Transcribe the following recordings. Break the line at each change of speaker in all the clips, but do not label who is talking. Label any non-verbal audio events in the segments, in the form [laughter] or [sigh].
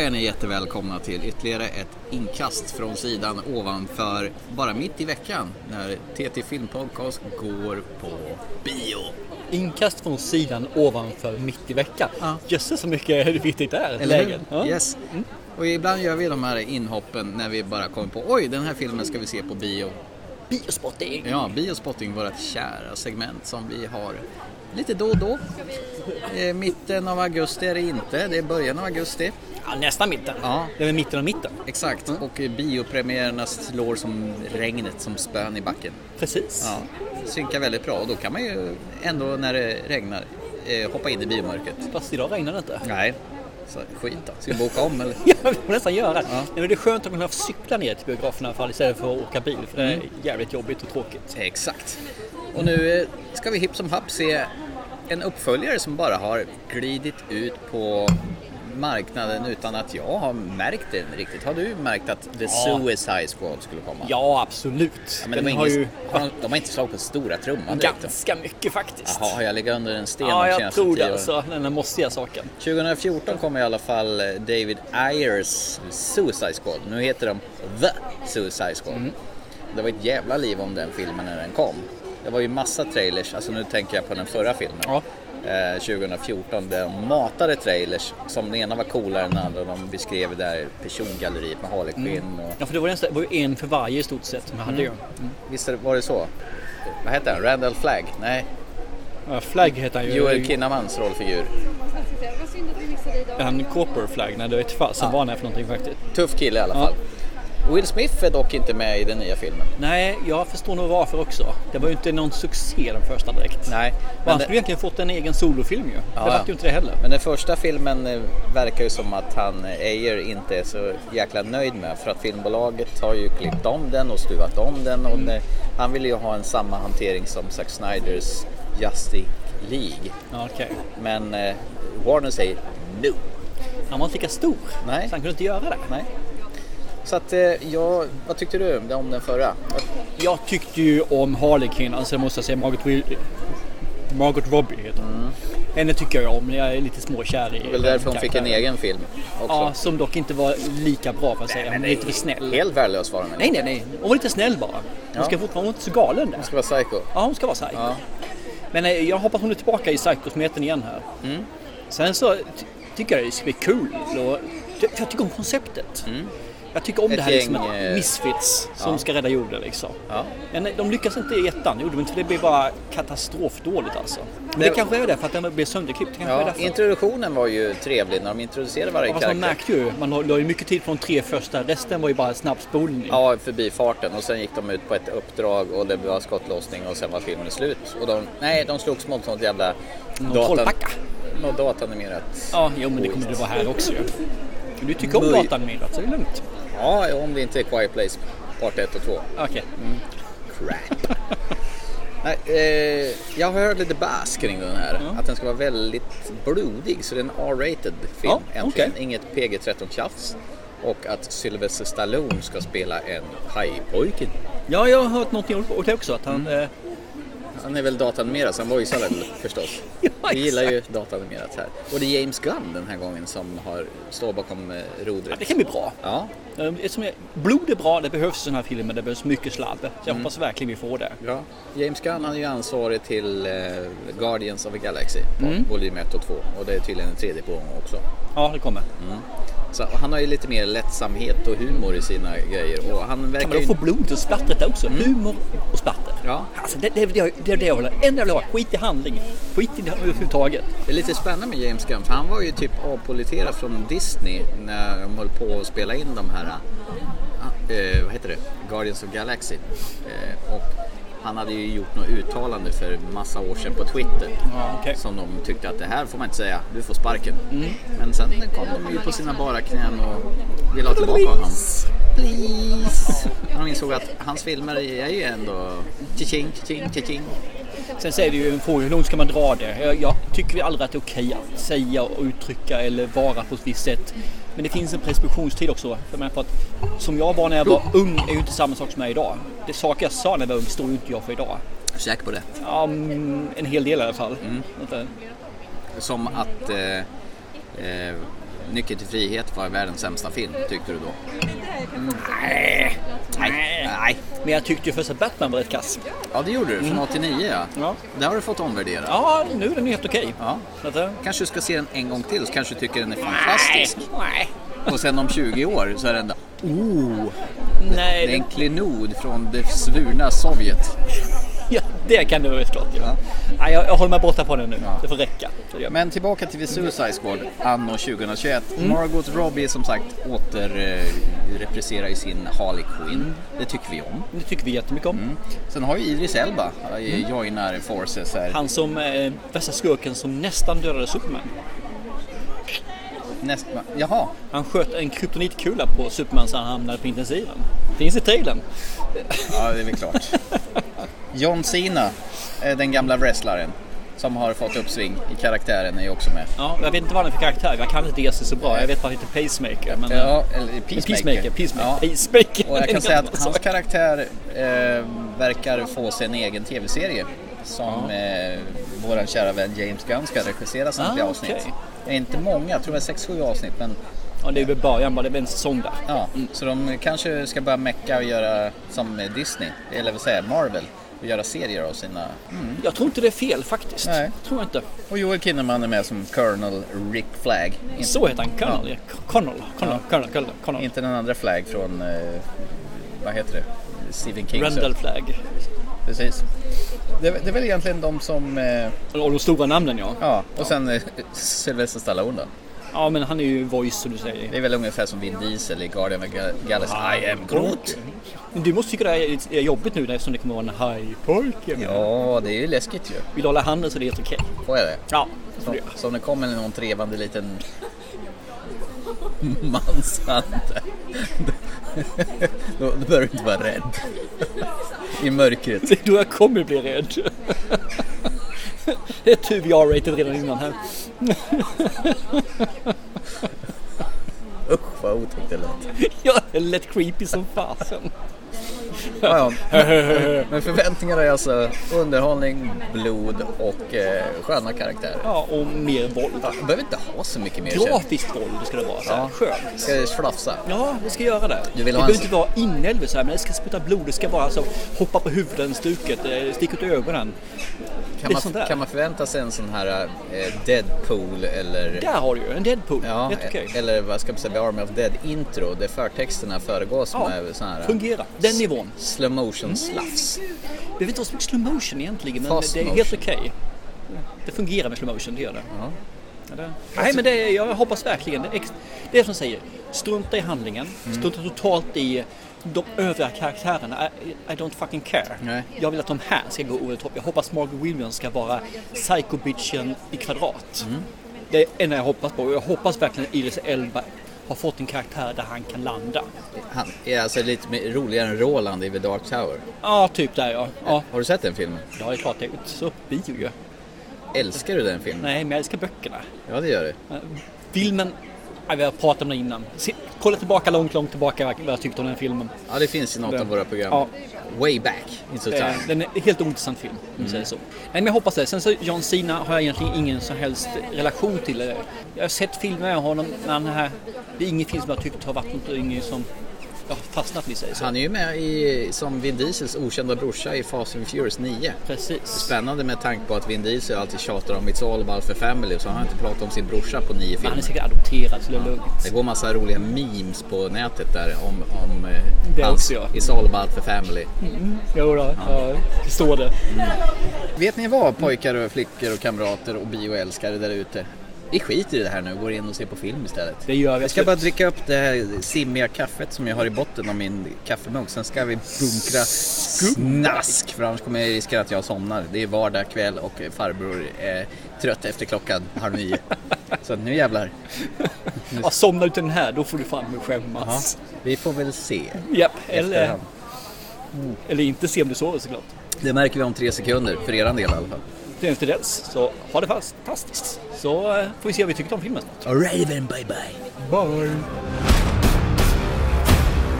är ni jättevälkomna till ytterligare ett inkast från sidan ovanför, bara mitt i veckan, när TT Filmpodcast går på bio.
Inkast från sidan ovanför mitt i veckan.
Ja.
Jösses så mycket [laughs] viktigt det är.
Eller hur?
lägen. Ja.
Yes. Och ibland gör vi de här inhoppen när vi bara kommer på oj, den här filmen ska vi se på bio.
Biospotting!
Ja, Biospotting, vårt kära segment som vi har lite då och då. Eh, mitten av augusti är det inte, det är början av augusti.
Ja, nästan mitten.
Ja.
Det är väl mitten av mitten.
Exakt, och eh, biopremiärerna slår som regnet, som spön i backen.
Precis.
Ja, synkar väldigt bra och då kan man ju ändå när det regnar eh, hoppa in i biomörkret.
Fast idag regnar det inte.
Nej, så, skit då. Ska vi boka om eller?
[laughs] Ja, det får man nästan göra.
Ja.
Nej, men det är skönt om man har cykla ner till biograferna i alla fall istället för att åka bil. För det är
Mm.
jävligt jobbigt och tråkigt.
Exakt. Och nu eh, ska vi hipp som happ se en uppföljare som bara har glidit ut på marknaden utan att jag har märkt det riktigt. Har du märkt att The
Ja.
Suicide Squad skulle komma?
Ja, absolut.
Ja, men det
Den
var
har
ingen...
ju
har de, de har inte slagit på stora trumman direkt. då?
ganska mycket faktiskt.
Jaha, har jag legat under en sten
ja,
de
jag
senaste
tror
tio
det
åren?
alltså. Den där mossiga saken.
2014 kom i alla fall eh, David Ayers Suicide Squad. Nu heter de The Suicide Squad. Det var ett jävla liv om den filmen när den kom. Det var ju massa trailers, alltså nu tänker jag på den förra filmen.
Ja.
Eh, 2014, där de matade trailers som den ena var coolare än den andra. De beskrev det här persongalleriet med Harley Quinn och...
Ja, för det var, ju en, det var ju en för varje i stort sett som jag hade ju.
Mm. Visst var det så? Vad hette han? Randall Flagg? Nej,
Ja, Flagg heter han ju.
Joel Kinnamans rollfigur.
Det var synd att vi missade idag.
En corporate flag, nej det vet fasen vad han är för någonting faktiskt.
Tuff kille i alla fall. Will Smith är dock inte med i den nya filmen.
Nej, jag förstår nog varför också. Det var ju inte någon succé den första direkt.
Nej,
Och
men
han
det-
skulle egentligen fått en egen solofilm ju.
Ja,
det
ja.
vart ju inte det heller.
Men den första filmen eh, verkar ju som att han, eh, Ayer, inte är så jäkla nöjd med. För att filmbolaget har ju klippt om den och stuvat om den. Och
Mm.
det, han vill ju ha en samma hantering som Zack Snyders Justice League.
Ja, okej.
Men eh, Warner säger no.
Han var inte lika stor,
Nej.
så han kunde inte göra det.
Nej. Så att, eh, ja, vad tyckte du om den- om den förra?
Jag tyckte ju om Harley Quinn, alltså jag måste säga Margaret, Will... Margaret Robbie heter hon. Henne tycker jag om, jag är lite småkär i
Det är väl
den
därför hon fick en
karaktären.
egen film också.
Ja, som dock inte var lika bra för att säga. Hon var lite för snäll.
Helt värdelös var den.
Nej, nej, nej. Hon var lite snäll bara. Hon
Ja.
ska fortfarande hon är inte så galen där.
Det ska vara psycho.
Ja, hon ska vara psycho.
Ja.
Men eh, jag hoppas hon är tillbaka i psykosmeten igen här.
Mm.
Sen så ty- tycker jag det ska bli kul. Och, jag jag tycker om konceptet. Jag tycker om
Mm. Ett
det här liksom
gäng,
att
eh,
misfits som
ja.
ska rädda jorden liksom.
Ja.
Men eh, de lyckas inte i ettan, det gjorde de inte för det blev bara katastrofdåligt alltså. Men det,
Det-
kanske är därför att den blev sönderklippt. Det kanske är
Ja,
därför.
introduktionen var ju trevlig när de introducerade varje
alltså- Fast man
karaktär.
märkte ju, man la la ju mycket tid på de tre första, resten var ju bara snabbspolning.
Ja, förbifarten och sen gick de ut på ett uppdrag och det var skottlossning och sen var filmen slut. Och de, nej, de slogs mot något jävla...
Någon
datan-
trollpacka.
Något datanimerat.
Ja, jo, men det kommer det vara här också ju. Men Du tycker om
Möj-
datanimerat, så det är lugnt.
Ja, om det inte är Quiet Place part 1 och 2.
Okej. [laughs]
Crap. nej, eh, jag har hört lite bass kring den här. Att den ska vara väldigt blodig, så det är en R-rated film
Ja,
äntligen.
okej.
Inget PG-13-tjafs. Och att Sylvester Stallone ska spela en hajpojke.
Ja, jag har hört någonting om det också. Att han, eh,
Han är väl datanimerad så han voicear väl förstås.
[laughs] Ja,
Vi gillar ju datanimerat här. Och det är James Gunn den här gången som har, står bakom eh,
ja,
rodret.
det kan bli bra.
Ja,
Eh, Eftersom jag, blod är bra, det behövs i sådana här filmer. Det behövs mycket slabb. Så jag hoppas verkligen vi får det.
ja. James Gunn han är ju ansvarig till eh, Guardians of the Galaxy, på
Mm.
volym 1 och 2. Och det är tydligen en tredje på gång också.
Ja, det kommer.
Så han har ju lite mer lättsamhet och humor i sina grejer. Och han
Kan
verkar
man
ju...
då få blod och splattret där också? Humor och splatter.
Ja.
Alltså, det, det, är det, jag- det är det jag vill ha. Det enda jag vill ha. Skit i handling. Skit i det här överhuvudtaget.
Det är lite spännande med James Gunn, för han var ju typ avpoliterad från Disney när de höll på att spela in de här, ah, eh, vad heter det, Guardians of Galaxy. Eh, och han hade ju gjort något uttalande för massa år sedan på Twitter
Ja, okej.
som de tyckte att det här får man inte säga, du får sparken. Men sen kom de ju på sina bara knän och ville ha tillbaka honom. Please! När de insåg att hans filmer är ju ändå tjing, tjing, tjing.
Sen så är det ju en fråga, hur långt ska man dra det? Jag, jag tycker aldrig att det är okej att säga och uttrycka eller vara på ett visst sätt. Men det finns en preskriptionstid också. För man, för att, som jag var när jag var ung är ju inte samma sak som jag är idag. Det saker jag sa när jag var ung står ju inte jag för idag.
Säker på det?
Ja, mm,
Mm.
en hel del i alla fall. Vänta.
Som att eh, eh, Nyckeln till frihet var världens sämsta film, tyckte du då?
Nej.
Nej. Nej.
Men jag tyckte ju först att Batman var rätt kass.
Ja, det gjorde du. Från 89 ja.
Ja.
Det har du fått omvärdera.
Ja, nu är den ju helt okej.
Ja.
Så att, eh,
Kanske du ska se den en gång till så kanske du tycker den är fantastisk.
Nej.
Och sen om 20 år så är den där, oh,
Nej,
det är en
det,
klenod från det svurna Sovjet.
[laughs] ja, det kan du vara klart. Ja.
Ja.
Nej, jag, jag håller mig borta från den nu.
Ja.
Det får räcka. Så det gör-
Men tillbaka till The Suicide Squad anno 2021.
Mm.
Margot Robbie som sagt återrepresserar ju sin Harley Quinn.
Mm.
Det tycker vi om.
Det tycker vi jättemycket om.
Mm. Sen har ju Idris Elba mm. joinar forces här.
Han som eh, värsta skurken som nästan dödade Superman.
Näst, jaha,
Han sköt en kryptonitkula på Superman så han hamnade på intensiven. Finns i trailern.
ja det är väl klart. John Cena, eh, den gamla wrestlaren som har fått uppsving i karaktären är ju också med.
Ja, jag vet inte vad han är för karaktär. Jag kan inte DC så bra. Jag vet bara att han heter Pacemaker. Men, eh,
Ja, eller
Peacemaker.
Peacemaker.
Peacemaker.
Ja.
Pacemaker.
Och jag
[laughs]
kan säga att hans
Sak.
karaktär eh, verkar få sig en egen tv-serie som eh, vår kära vän James Gunn ska regissera samtliga
Ah,
avsnitt.
okej.
Det är inte många, jag tror det är 6-7 avsnitt. Men,
Ja, det är väl början bara. Det är väl en säsong där.
ja. Så de kanske ska börja mecka och göra som Disney, eller vad säger jag, Marvel, och göra serier av sina...
Jag tror inte det är fel faktiskt.
Nej.
Tror jag inte.
Och Joel Kinnaman är med som Colonel Rick Flag. Inte,
Så heter han. Connell. Ja. Connell. Connell. Connell. Connell. Connell.
inte den andra Flag från, eh, vad heter det? Stephen King.
Randall Flagg.
Precis. Det, det är väl egentligen de som... Eh,
Och de stora namnen ja.
ja, och sen eh, Sylvester Stallone då.
Ja, men han är ju voice som du säger.
Det är väl ungefär som Vin Diesel i Guardian of the Galaxy.
Ah,
I am Groot!
Men du måste tycka det här är lite jobbigt nu eftersom det kommer att vara en hajpojke.
Ja, det är ju läskigt ju.
Vill du hålla handen så är det helt okej.
Får jag det?
Ja.
Som,
[laughs]
som det kommer någon trevande liten manshand. [laughs] Då, då börjar du inte vara rädd. I mörkret.
Det är då jag kommer bli rädd. [laughs] Det är tur vi har rated redan innan här. [laughs]
Usch vad otäckt det lät.
Ja, det lät creepy som fasen.
Ja,
[laughs]
ja. Men förväntningarna är alltså underhållning, blod och eh, sköna karaktärer.
Ja, och mer våld.
Ja, Du behöver inte ha så mycket mer känner
Grafiskt våld ska det vara. Så här.
Ja.
Skönt.
jag. Ska jag slafsa?
Ja, det ska göra det.
Du vill
det
ha en-
behöver inte vara inälvor så här, men det ska spruta blod. Det ska vara så hoppa på huvudet, stuket, eh, sticka ut ögonen.
Kan
Det är sånt där.
man, kan man förvänta sig en sån här eh, Deadpool eller...
Där har du ju en Deadpool.
Ja,
Helt okej.
eller vad ska man säga, The Army of Dead intro där förtexterna föregås
Ja,
med sån här... eh,
fungera. Den nivån. Mm.
Slow motion slafs.
Det behöver inte vara så mycket slow motion egentligen, men
Fast
det är
motion.
helt okej. Det fungerar med slow motion, det gör det.
Ja.
Ja, det... Nej, men det, jag hoppas verkligen. Det är, ex... det är som jag säger, strunta i handlingen.
Mm.
Strunta totalt i de övriga karaktärerna. I, I don't fucking care.
Nej.
Jag vill att de här ska gå over the top. Jag hoppas Margot Williams ska vara psycho-bitchen i kvadrat.
Mm.
Det är det enda jag hoppas på. Och Jag hoppas verkligen att Iris Elba har fått en karaktär där han kan landa.
Han är alltså lite mer roligare än Roland i The Dark Tower.
Ja, typ där ja. ja.
Har du sett den filmen?
Ja, det är klart. Det är ju inte så bio ju.
Älskar du den filmen?
Nej, men jag älskar böckerna.
Ja, det gör du.
Eh, Filmen, ja, vi har pratat om den innan. Se, kolla tillbaka långt, långt tillbaka vad jag tyckte om den filmen.
Ja, det finns i något
Den-
av våra program.
Ja.
Way back into
Eh,
time.
Den är en helt ointressant film, om
Mm.
vi säger så. Nej, men jag hoppas det. Sen så John Cena har jag egentligen ingen som helst relation till. eh, Jag har sett filmer med honom, men här, det är ingen film som jag tyckt har varit någonting som jag har fastnat i, säger så.
Han är ju med i, som Vin Diesels okända brorsa i Fast and Furious 9.
Precis.
Spännande med tanke på att Vin Diesel alltid tjatar om It's all about the family så han har inte pratat om sin brorsa på nio
Men han är
filmer.
säkert adopterad, så det är
Det
lugnt.
går massa roliga memes på nätet där om, om eh,
Det
hans
också, ja. Mm.
It's all about the family.
Jo då, ja, det står det.
Vet ni vad pojkar och flickor och kamrater och bioälskare där ute? Vi skiter i det här nu och går in och ser på film istället.
Det gör vi.
Jag ska bara dricka upp det här simmiga kaffet som jag har i botten av min kaffemugg. Sen ska vi bunkra snask för annars kommer jag riskera att jag somnar. Det är vardag kväll och farbror är trött efter klockan halv nio. Så att nu jävlar.
Ja, somnar du till den här, då får du fan med skämmas.
Vi får väl se.
Japp, eller,
efterhand.
eller inte se om du sover såklart.
Det märker vi om tre sekunder, för eran del i alla fall.
Tills till dess, så ha det fantastiskt. Så eh, får vi se vad vi tyckte om filmen snart.
Alright then, bye bye.
Bye!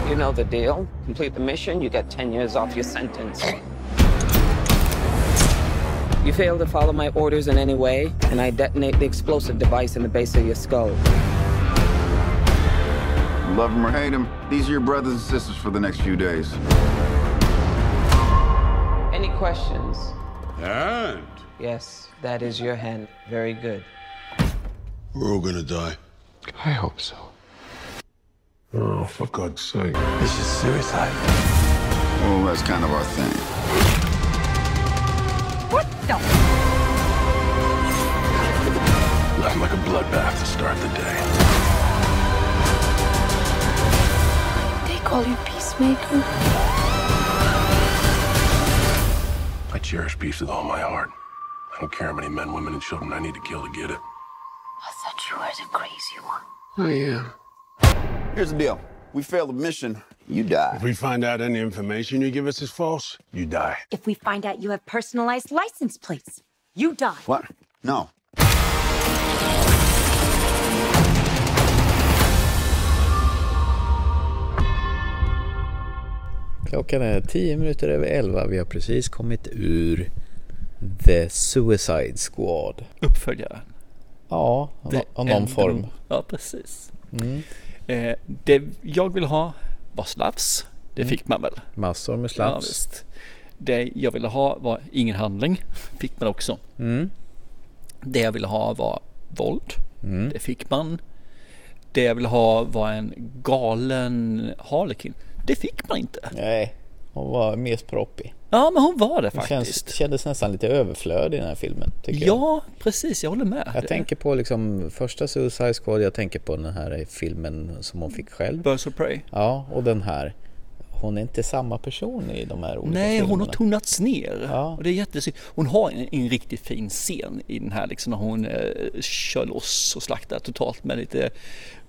You know the deal. Complete the mission, you get 10 years off your sentence. You fail to follow my orders in any way, and I detonate the explosive device in the base of your skull.
Love him or hate him, these are your brothers and sisters for the next few days.
Any questions?
And
Yes, that is your hand. Very good.
we're all gonna die.
I hope so.
Oh, for God's sake.
This is suicide.
Well, that's kind of our thing.
What the?
Nothing like a bloodbath to start the day.
They call you peacemaker.
I cherish peace with all my heart. I don't care how many men, women, and children I need to kill to get it.
I thought you were the crazy one.
I am.
Here's the deal we fail the mission, you die.
If we find out any information you give us is false, you die.
If we find out you have personalized license plates, you die.
What? No.
Klockan är 10 minuter över 11. Vi har precis kommit ur The Suicide Squad.
Uppföljaren.
Ja,
The
av- av någon
End
form. Mm.
Room. Ja, precis. Eh, det jag vill ha var slafs. Det
Mm.
fick man väl?
Massor med
Ja,
slaps.
visst. Det jag ville ha var ingen handling. Fick man också.
Mm.
Det jag ville ha var våld.
Mm.
Det fick man. Det jag ville ha var en galen harlekin. Det fick man inte.
Nej, hon var mest proppig.
Ja, men hon var det faktiskt.
Känns, kändes nästan lite överflödig i den här filmen. Tycker jag.
Ja, precis. Jag håller med.
Jag
Det-
tänker på liksom första Suicide Squad, jag tänker på den här filmen som hon fick själv.
Birds of Prey.
Ja, och den här. Hon är inte samma person i de här olika
Nej, hon
filmerna.
har tonats ner.
Ja.
Och det är jättesynd. Hon har en, en riktigt fin scen i den här liksom när hon eh, kör loss och slaktar totalt med lite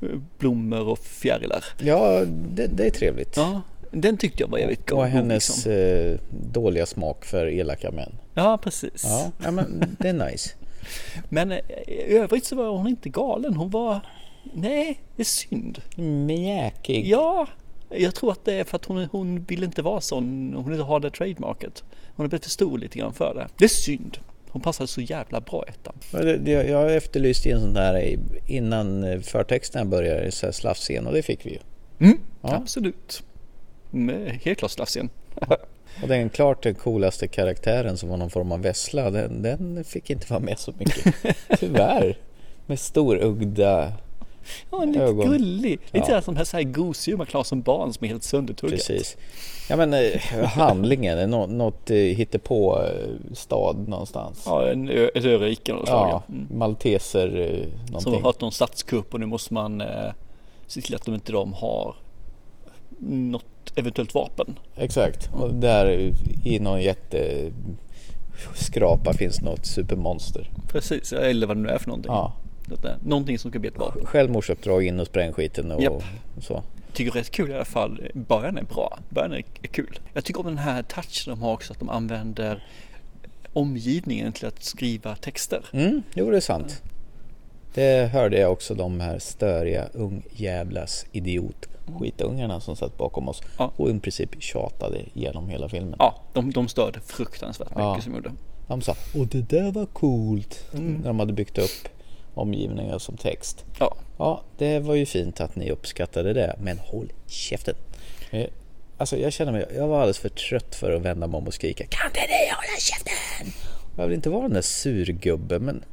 eh, blommor och fjärilar.
Ja, det, det är trevligt.
Ja, den tyckte jag var jävligt god.
och hennes
liksom.
eh, dåliga smak för elaka män.
Ja, precis.
Ja, ja men det är nice.
Men eh, i övrigt så var hon inte galen. Hon var... Nej, det är synd.
[laughs] Mm. Mjäkig.
Ja, jag tror att det är för att hon, hon vill inte vara sån. Hon vill inte ha det trademarket. Hon har blivit för stor lite grann för det. Det är synd. Hon passade så jävla bra i ettan.
Men det- det- Jag efterlyste ju en sån där i- innan eh, förtexterna började, så här slafsscen och det fick vi ju. Ja.
Absolut. Mm, helt klart slafsen.
Och den klart den coolaste karaktären som var någon form av vessla, den, den fick inte vara med så mycket. Tyvärr. Med storugda...
Ja, en lite
Ögon.
gullig. Lite
Ja.
sådär som här, så här gosedjur man klarar som barn som är helt söndertuggat.
Precis. Ja men eh, handlingen, är nå- något eh, hittepå-stad någonstans.
Ja, en ö, ett örike av något slag.
Ja,
Ja. Mm.
malteser eh,
Som har
någonting.
haft någon statskupp och nu måste man eh, se till att de inte de har något eventuellt vapen.
Exakt. Och där i någon jätte skrapa finns något supermonster.
Precis, eller vad det nu är för någonting.
Ja.
Detta- eh, Någonting som ska bli ett vapen.
Självmordsuppdrag in och spräng skiten och
Japp.
så.
tycker det är rätt kul i alla fall. Början är bra. Början är är kul. Jag tycker om den här touchen de har också, att de använder omgivningen till att skriva texter.
Mm, jo det är sant. Det hörde jag också de här störiga ungjävlas idiot skitungarna som satt bakom oss
Ja.
och i princip tjatade genom hela filmen.
Ja, de, de störde fruktansvärt mycket
Ja.
som gjorde.
De sa och det där var coolt
Mm.
när de hade byggt upp omgivningar som text.
Ja,
Ja, det var ju fint att ni uppskattade det, men håll käften. Eh, Alltså jag känner mig, jag var alldeles för trött för att vända mig om och skrika Kan inte ni hålla käften? Jag vill inte vara den där surgubben, men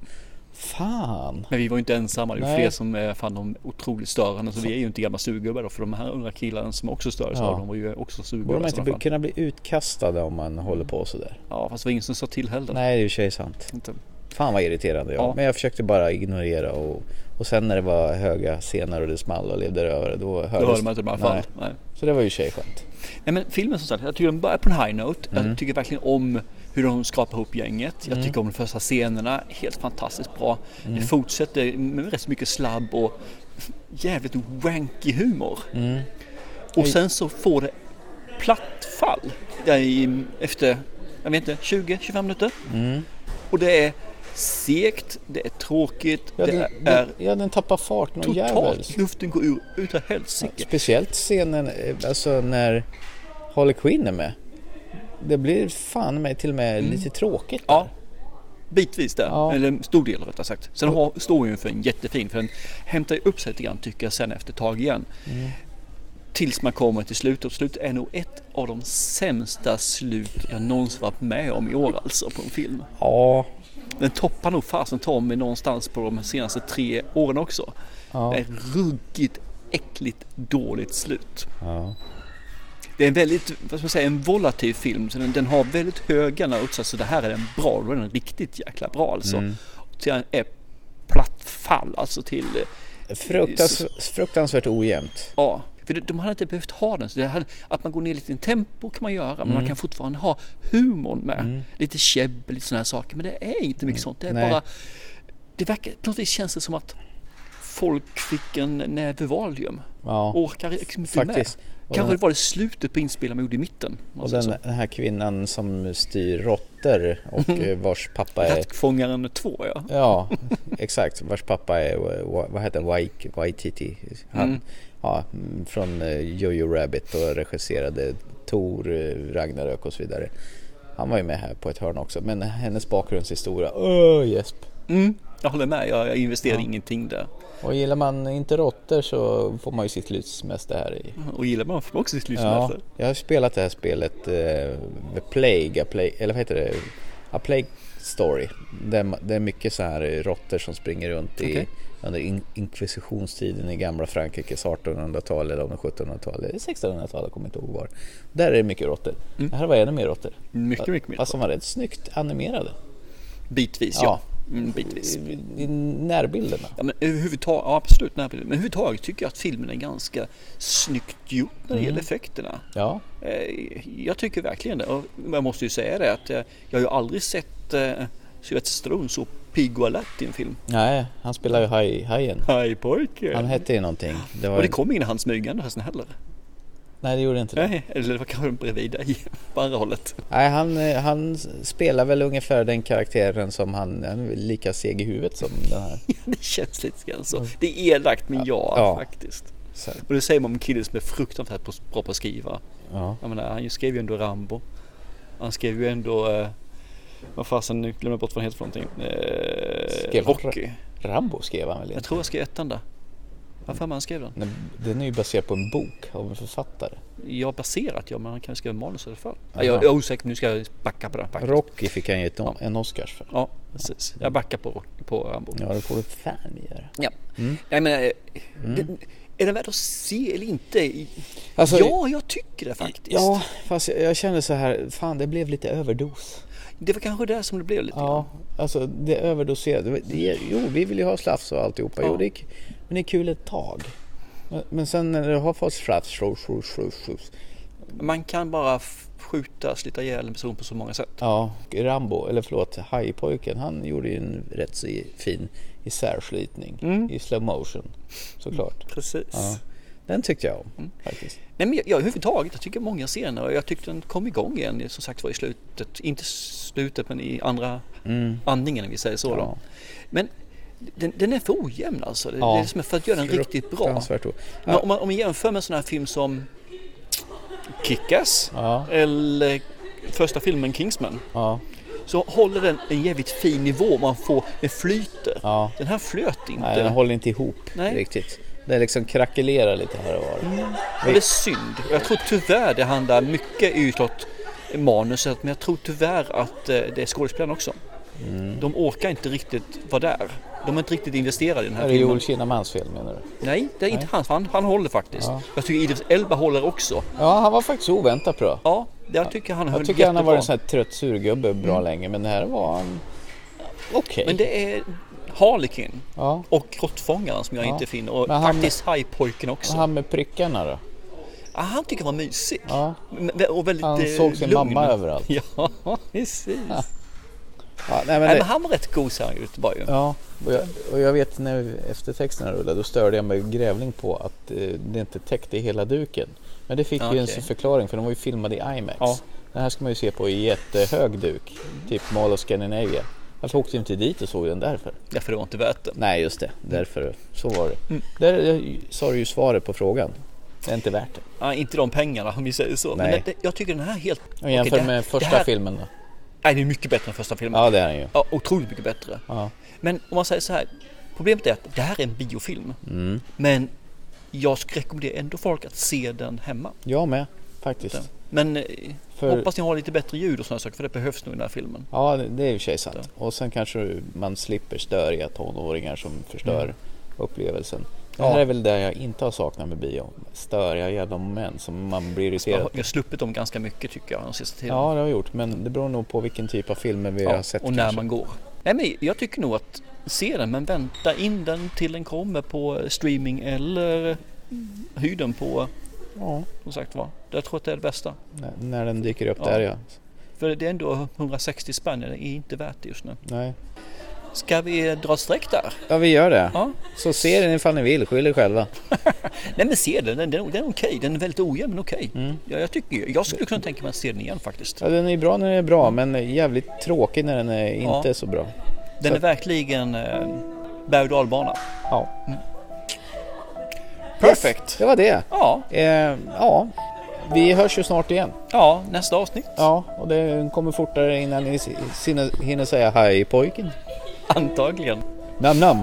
fan.
men vi var ju inte ensamma. Det var ju
Nej.
fler som eh, fann dem otroligt störande. Så vi är ju inte gamla surgubbar då. För de här unga killarna som också stördes
Ja.
av dem var ju också
Borde
surgubbar
man
i
inte
sådana
bli-
fall.
kunna bli utkastade om man håller på sådär?
Ja, fast det var ingen som sa till heller.
Nej, det är ju i och för sig sant.
Inte.
Fan vad irriterande jag var.
Ja.
Men jag försökte bara ignorera och, och sen när det var höga scener och det small och levde över då hördes
Då hörde man inte de i alla fall.
Nej.
Nej.
Så det var ju i och för sig skönt.
Nej men filmen som sagt, jag tycker den börjar på en high note. Jag tycker verkligen om hur de skrapar ihop gänget. Jag tycker om de första scenerna, helt fantastiskt bra. Det fortsätter med rätt så mycket slabb och jävligt wanky humor. Och sen så får det platt fall där i, efter, jag vet inte, 20-25 minuter. Och det är segt, det är tråkigt,
Ja,
det
den,
är
den, ja, den tappar fart någon jävels.
totalt, luften går ur utav helsike.
Speciellt scenen, eh, alltså när Harley Quinn är med. Det blir fan mig till och med lite tråkigt.
Mm. Ja. bitvis där.
Ja.
Eller en stor del rättare sagt. Sen har, står ju för en jättefin för den hämtar ju upp sig lite grann tycker jag sen efter ett tag igen. Tills man kommer till slutet och slutet är nog ett av de sämsta slut jag någonsin varit med om i år alltså på en film.
Ja,
Den toppar nog fasen Tommy någonstans på de senaste tre åren också. Det är ett ruggigt, äckligt, dåligt slut.
Ja.
Det är en väldigt, vad ska man säga, en volatil film. Så den, den har väldigt höga noter. Så det här är en bra, då är den riktigt jäkla bra alltså. Till en är platt fall alltså till, eh,
fruktans, fruktansvärt ojämnt.
ja. För de- de hade inte behövt ha den. Så det här, att man går ner lite i tempo kan man göra. Men
Mm.
man kan fortfarande ha humorn med. Lite käbbel, lite sådana här saker. Men det är inte mycket sånt. Det är
Mm. Nej.
bara, det verkar, på något vis känns det som att folk fick en näve valium.
Ja.
Orkar liksom inte
Faktiskt.
med.
Och
Kanske
den-
var det slutet på inspelningen man gjorde i mitten. om man
Och
säger
den,
så.
den här kvinnan som styr råttor
[laughs]
och eh, vars pappa är...
Rattfångaren 2 ja.
Ja, exakt. Vars pappa är, eh, wa- vad heter han, Waik- Waititi? Han, ja, mm, från eh, Jojo Rabbit och regisserade Tor, eh, Ragnarök och så vidare. Han var ju med här på ett hörn också, men hennes bakgrundshistoria, öh gäsp.
Mm, jag håller med, jag, jag investerar ingenting där.
Och gillar man inte råttor så får man ju sitt livsmäste här i
Och gillar man får man också sitt
Ja,
livsmärke.
jag har spelat det här spelet eh, The Plague, A Plague, eller vad heter det? A Plague Story. Det är, det är mycket så här råttor som springer runt Typ i,
Okej.
under in, inkvisitionstiden i gamla Frankrikes 1800-tal eller om det är 1700-tal, eller 1600-tal, jag kommer inte ihåg var. Där är det mycket råttor. Det här var ännu mer råttor.
Mm. Mycket, mycket mer
Fast de var rätt snyggt animerade.
Bitvis ja.
Ja.
Mm, bitvis.
I, i närbilderna.
Ja, men överhuvudtaget, ja, absolut närbilden. Men överhuvudtaget tycker jag att filmen är ganska snyggt gjort när det gäller effekterna.
Ja,
Eh, Jag tycker verkligen det. Och jag måste ju säga det att eh, jag har ju aldrig sett eh, Sylvester Stallone så pigg och alert i en film.
nej, han spelar ju haj- hajen.
Hej pojke!
Han hette ju någonting. Det var
Och det
ju-
kom ingen i hans smygande förresten heller.
Nej, det gjorde inte det.
Nej, eller det var kanske bredvid dig. [laughs] På andra hållet.
Nej, han, eh, han spelar väl ungefär den karaktären som han, han är väl lika seg i huvudet som den
[laughs]
här.
Det känns lite grann så. Det är elakt men Mm. ja,
Ja.
faktiskt.
Så,
Och det säger man om killen som är fruktansvärt på- bra på att skriva.
ja.
Jag menar, han ju- skrev ju ändå Rambo. Han skrev ju ändå... Eh, vad fasen, nu glömmer jag bort vad han heter för någonting. Eh,
Skrev han
Rocky.
Rambo skrev han väl
Jag
inte?
tror jag skrev ettan där. Vad fan han skrev den?
Nej, Den är ju baserad på en bok av en författare.
Jag baserat ja, men han kanske skrev manus i alla fall. Ja, jag, jag är osäker, men nu ska jag backa på den faktiskt.
Rocky fick han ju ett, en Oscars för.
Ja, precis. Jag backar på, Rocky- på Rambo.
Ja, det får du fan göra.
Ja.
Mm.
Nej, men, eh, den- är den värd att se eller inte?
Alltså,
ja, jag tycker det faktiskt.
Ja, fast jag, jag kände så här, fan det blev lite överdos.
Det var kanske där som det blev lite
Ja, alltså det överdoserade. Det var- Det, jo, vi vill ju ha slafs och alltihopa. Jo, det är, k- men det är kul ett tag. Men, men sen när du har fått slafs, slafs, slafs, slafs, slafs
grann. Man kan bara f- skjuta, slita ihjäl en person på så många sätt.
Ja, Rambo, eller förlåt, Hajpojken, han gjorde ju en rätt så fin isärslitning i slow motion såklart.
Precis.
Ja. Den tyckte jag om faktiskt.
Nej men jag, jag överhuvudtaget, jag tycker många scener och jag tyckte den kom igång igen som sagt var i slutet, inte slutet men i andra andningen om vi säger så då.
Mm. Ja.
Men den, den är för ojämn alltså, det,
Ja.
det är som för att göra den riktigt bra.
Fruktansvärt o-
Men om, man, om man jämför med en sån här film som Kick-Ass
Ja.
eller första filmen Kingsman
Ja,
så håller den en jävligt fin nivå, man får, den flyter.
Ja.
Den här flöt inte.
nej, den håller inte ihop
Nej.
riktigt. Den liksom krackelerar lite här och var.
Och det är synd. Jag tror tyvärr det handlar mycket i klart manuset men jag tror tyvärr att eh, det är skådespelarna också.
Mm.
De orkar inte riktigt vara där. De är inte riktigt investerade i den här
Är det Joel
filmen.
Kinnamans fel menar du?
Nej, det är inte hans. Han, han håller faktiskt. Jag tycker Idris Elba håller också.
Ja, han var faktiskt oväntat bra.
Ja, jag tycker han höll
Jag tycker han har varit en
jättebra. Mm.
sån här trött surgubbe bra länge men det här var han okej.
Men det är Harlequin
Ja.
och Råttfångaren som jag
Ja.
inte finner och
Men han-
faktiskt Hajpojken också.
Och
Han,
han med prickarna då?
han tycker jag var mysig.
Ja.
Men- Och väldigt
Han
eh,
såg sin
lugn.
mamma överallt.
[laughs] Ja, precis.
Ja, nej, men
Nej,
det,
men han var rätt gosig han Göteborg ju.
Ja, och jag, och jag vet när eftertexterna rullade då störde jag mig grävling på att eh, det inte täckte hela duken. Men det fick ju en
Okej.
förklaring för de var ju filmade i IMAX.
Ja.
Den här ska man ju se på i jättehög duk, typ Mall of Scandinavia. Varför åkte jag inte dit och såg den därför?
Ja, för det var inte värt det.
Nej, just det. Därför. Så var det. Där eh, sa du ju svaret på frågan. Det är inte värt det.
Ja, inte de pengarna om vi säger så. Men
Nej.
det, jag tycker den här helt...
Och jämför
Okej, det-
med
det
första
här-
filmen då.
Nej, den är mycket bättre än första filmen.
Ja, det är den ju.
Ja, otroligt mycket bättre.
Ja.
Men om man säger så här. Problemet är att det här är en biofilm.
Mm.
Men jag skulle rekommendera ändå folk att se den hemma.
Jag med, faktiskt.
Men eh,
För-
hoppas ni har lite bättre ljud och sådana saker för det behövs nog i den här filmen.
Ja, det det är i och för sig sant. Och sen kanske man slipper störiga tonåringar som förstör upplevelsen. Det här
Ja.
är väl det jag inte har saknat med bio. Störiga jävla moment som man blir irriterad
Jag har, jag har sluppit dem ganska mycket tycker jag de sista tiden.
Ja, det har jag gjort. Men det beror nog på vilken typ av filmer vi
Ja,
har sett.
och när
kanske.
man går. Nej, men jag tycker nog att se den men vänta in den till den kommer på streaming eller hyr den på
Ja,
som sagt var. Jag tror att det är det bästa.
när, när den dyker upp
Ja.
där ja.
För det är ändå 160 spänn, det är inte värt det just nu.
Nej.
Ska vi dra ett streck där?
Ja, vi gör det.
Ja.
Så se den ifall ni vill. Skyll er själva.
Nej men se den, den, den, den är okej. Den är väldigt ojämn men okej. Ja, jag, tycker, jag skulle kunna tänka mig att se den igen faktiskt.
Mm. Ja, den är bra när den är bra, men jävligt tråkig när den är
Mm. Ja.
inte är så bra.
Den är verkligen eh, berg och dalbana.
Ja. Perfect! Det var det.
Ja,
Eh, ja, vi hörs ju snart igen.
ja, nästa avsnitt.
Ja, och det kommer fortare innan ni sinne- hinner säga hej pojken.
Antagligen.
Nam nam.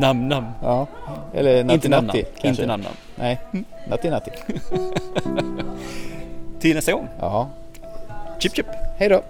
Nam nam.
Ja, eller natti
Inte nam nam.
natti. kanske.
Inte nam Mm. nam.
Nej, natti natti.
Till nästa gång.
Ja,
Chip chip.
hej då.